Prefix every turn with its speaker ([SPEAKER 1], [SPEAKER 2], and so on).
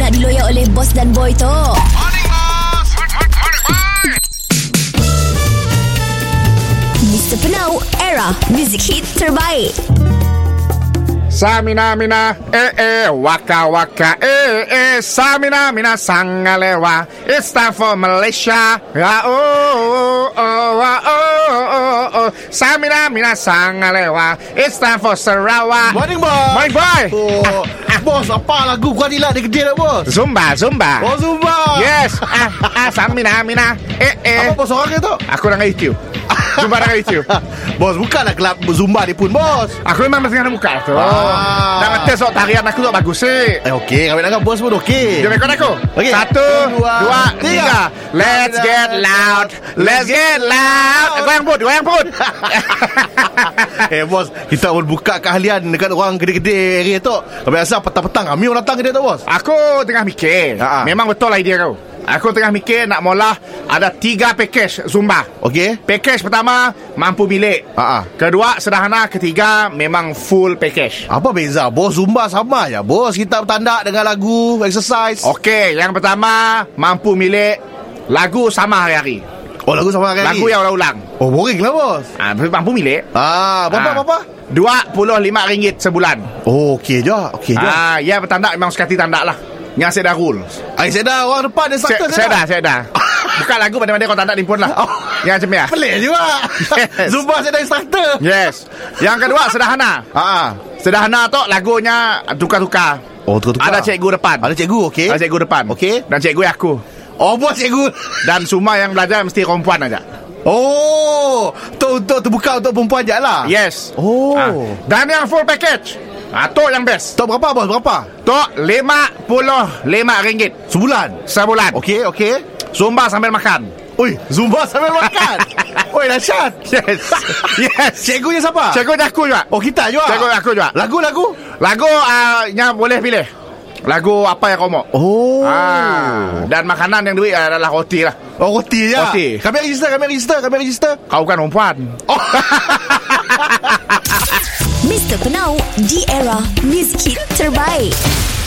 [SPEAKER 1] tak diloyak oleh bos dan boy tu. Mr. Penau, era music hit terbaik.
[SPEAKER 2] Samina mina eh eh waka waka eh eh Samina mina sangalewa It's time for Malaysia ah, oh, oh, oh, ah, oh, oh, oh. Samina mina sangalewa It's time for Sarawak
[SPEAKER 3] Morning, boss.
[SPEAKER 2] Morning boy
[SPEAKER 3] Oh, bos, apa lagu gua ni lah dia kerja dah, bos?
[SPEAKER 2] Zumba Zumba
[SPEAKER 3] Oh, Zumba.
[SPEAKER 2] Yes ah, ah, Samina mina eh eh
[SPEAKER 3] Apa bos orang dia tu?
[SPEAKER 2] Aku dengan YouTube Zumba dengan YouTube
[SPEAKER 3] Ha, bos, bukanlah kelab Zumba ni pun, bos.
[SPEAKER 2] Aku memang masih nak buka tu
[SPEAKER 3] Ah.
[SPEAKER 2] Dah mati sok tarian aku sok bagus sih
[SPEAKER 3] Eh, okey. Kami nak bos pun okey.
[SPEAKER 2] Dia rekod aku
[SPEAKER 3] Okey.
[SPEAKER 2] Satu Dua,
[SPEAKER 3] Dua,
[SPEAKER 2] tiga.
[SPEAKER 3] tiga.
[SPEAKER 2] Let's get loud Let's get loud Goyang put Goyang put
[SPEAKER 3] Eh bos Kita pun buka keahlian Dekat orang gede-gede area tu Biasa petang-petang Kami orang datang kedai tu bos
[SPEAKER 2] Aku tengah mikir
[SPEAKER 3] Ha, ha.
[SPEAKER 2] Memang betul idea kau Aku tengah mikir nak mula Ada tiga package Zumba
[SPEAKER 3] Okey
[SPEAKER 2] Package pertama Mampu bilik
[SPEAKER 3] Ha, ha.
[SPEAKER 2] Kedua sederhana Ketiga memang full package
[SPEAKER 3] Apa beza bos Zumba sama ya bos Kita bertandak dengan lagu Exercise
[SPEAKER 2] Okey yang pertama Mampu bilik Lagu sama hari-hari
[SPEAKER 3] Oh lagu sama hari
[SPEAKER 2] Lagu yang ulang-ulang
[SPEAKER 3] Oh boring lah bos
[SPEAKER 2] ha, Mampu bilik
[SPEAKER 3] Ah, berapa
[SPEAKER 2] Ah.
[SPEAKER 3] berapa?
[SPEAKER 2] RM25 sebulan
[SPEAKER 3] Oh, okey je. Okey je.
[SPEAKER 2] Ah, ya bertandak memang sekali tandak lah. Yang saya dah rule.
[SPEAKER 3] Ai saya dah orang depan dia
[SPEAKER 2] Saya,
[SPEAKER 3] sakta
[SPEAKER 2] saya dah, saya dah. Bukan lagu pandai-pandai kau tandak limpun lah.
[SPEAKER 3] Oh.
[SPEAKER 2] Yang macam ya.
[SPEAKER 3] Pelik juga.
[SPEAKER 2] Yes. Ya.
[SPEAKER 3] Zumba saya dah instructor.
[SPEAKER 2] Yes. Yang kedua sederhana.
[SPEAKER 3] Ha. ah.
[SPEAKER 2] Sederhana tu lagunya tukar-tukar.
[SPEAKER 3] Oh, tukar-tukar.
[SPEAKER 2] Ada cikgu depan.
[SPEAKER 3] Ada cikgu, okey.
[SPEAKER 2] Ada cikgu depan.
[SPEAKER 3] Okey.
[SPEAKER 2] Dan cikgu aku.
[SPEAKER 3] Oh, bos cikgu.
[SPEAKER 2] Dan semua yang belajar mesti perempuan aja.
[SPEAKER 3] Oh, tu untuk terbuka untuk perempuan je lah.
[SPEAKER 2] Yes.
[SPEAKER 3] Oh.
[SPEAKER 2] Ah. Dan yang full package. Ah, tu yang best.
[SPEAKER 3] Tok berapa bos? Berapa?
[SPEAKER 2] Tu RM55
[SPEAKER 3] Sebulan.
[SPEAKER 2] sebulan.
[SPEAKER 3] Okey, okey.
[SPEAKER 2] Zumba sambil makan.
[SPEAKER 3] Oi, Zumba sambil makan. Oi, dahsyat.
[SPEAKER 2] Yes. yes.
[SPEAKER 3] Cikgunya siapa?
[SPEAKER 2] Cikgu dia aku juga.
[SPEAKER 3] Oh, kita juga.
[SPEAKER 2] Cikgu lah. aku juga.
[SPEAKER 3] Lagu-lagu.
[SPEAKER 2] Lagu uh, yang boleh pilih Lagu apa yang kau mau
[SPEAKER 3] Oh.
[SPEAKER 2] ah, Dan makanan yang duit adalah roti lah
[SPEAKER 3] Oh, roti je.
[SPEAKER 2] Roti.
[SPEAKER 3] Kami register, kami register, kami register.
[SPEAKER 2] Kau bukan perempuan
[SPEAKER 3] Oh.
[SPEAKER 1] Mr. Penau, di era music hit terbaik.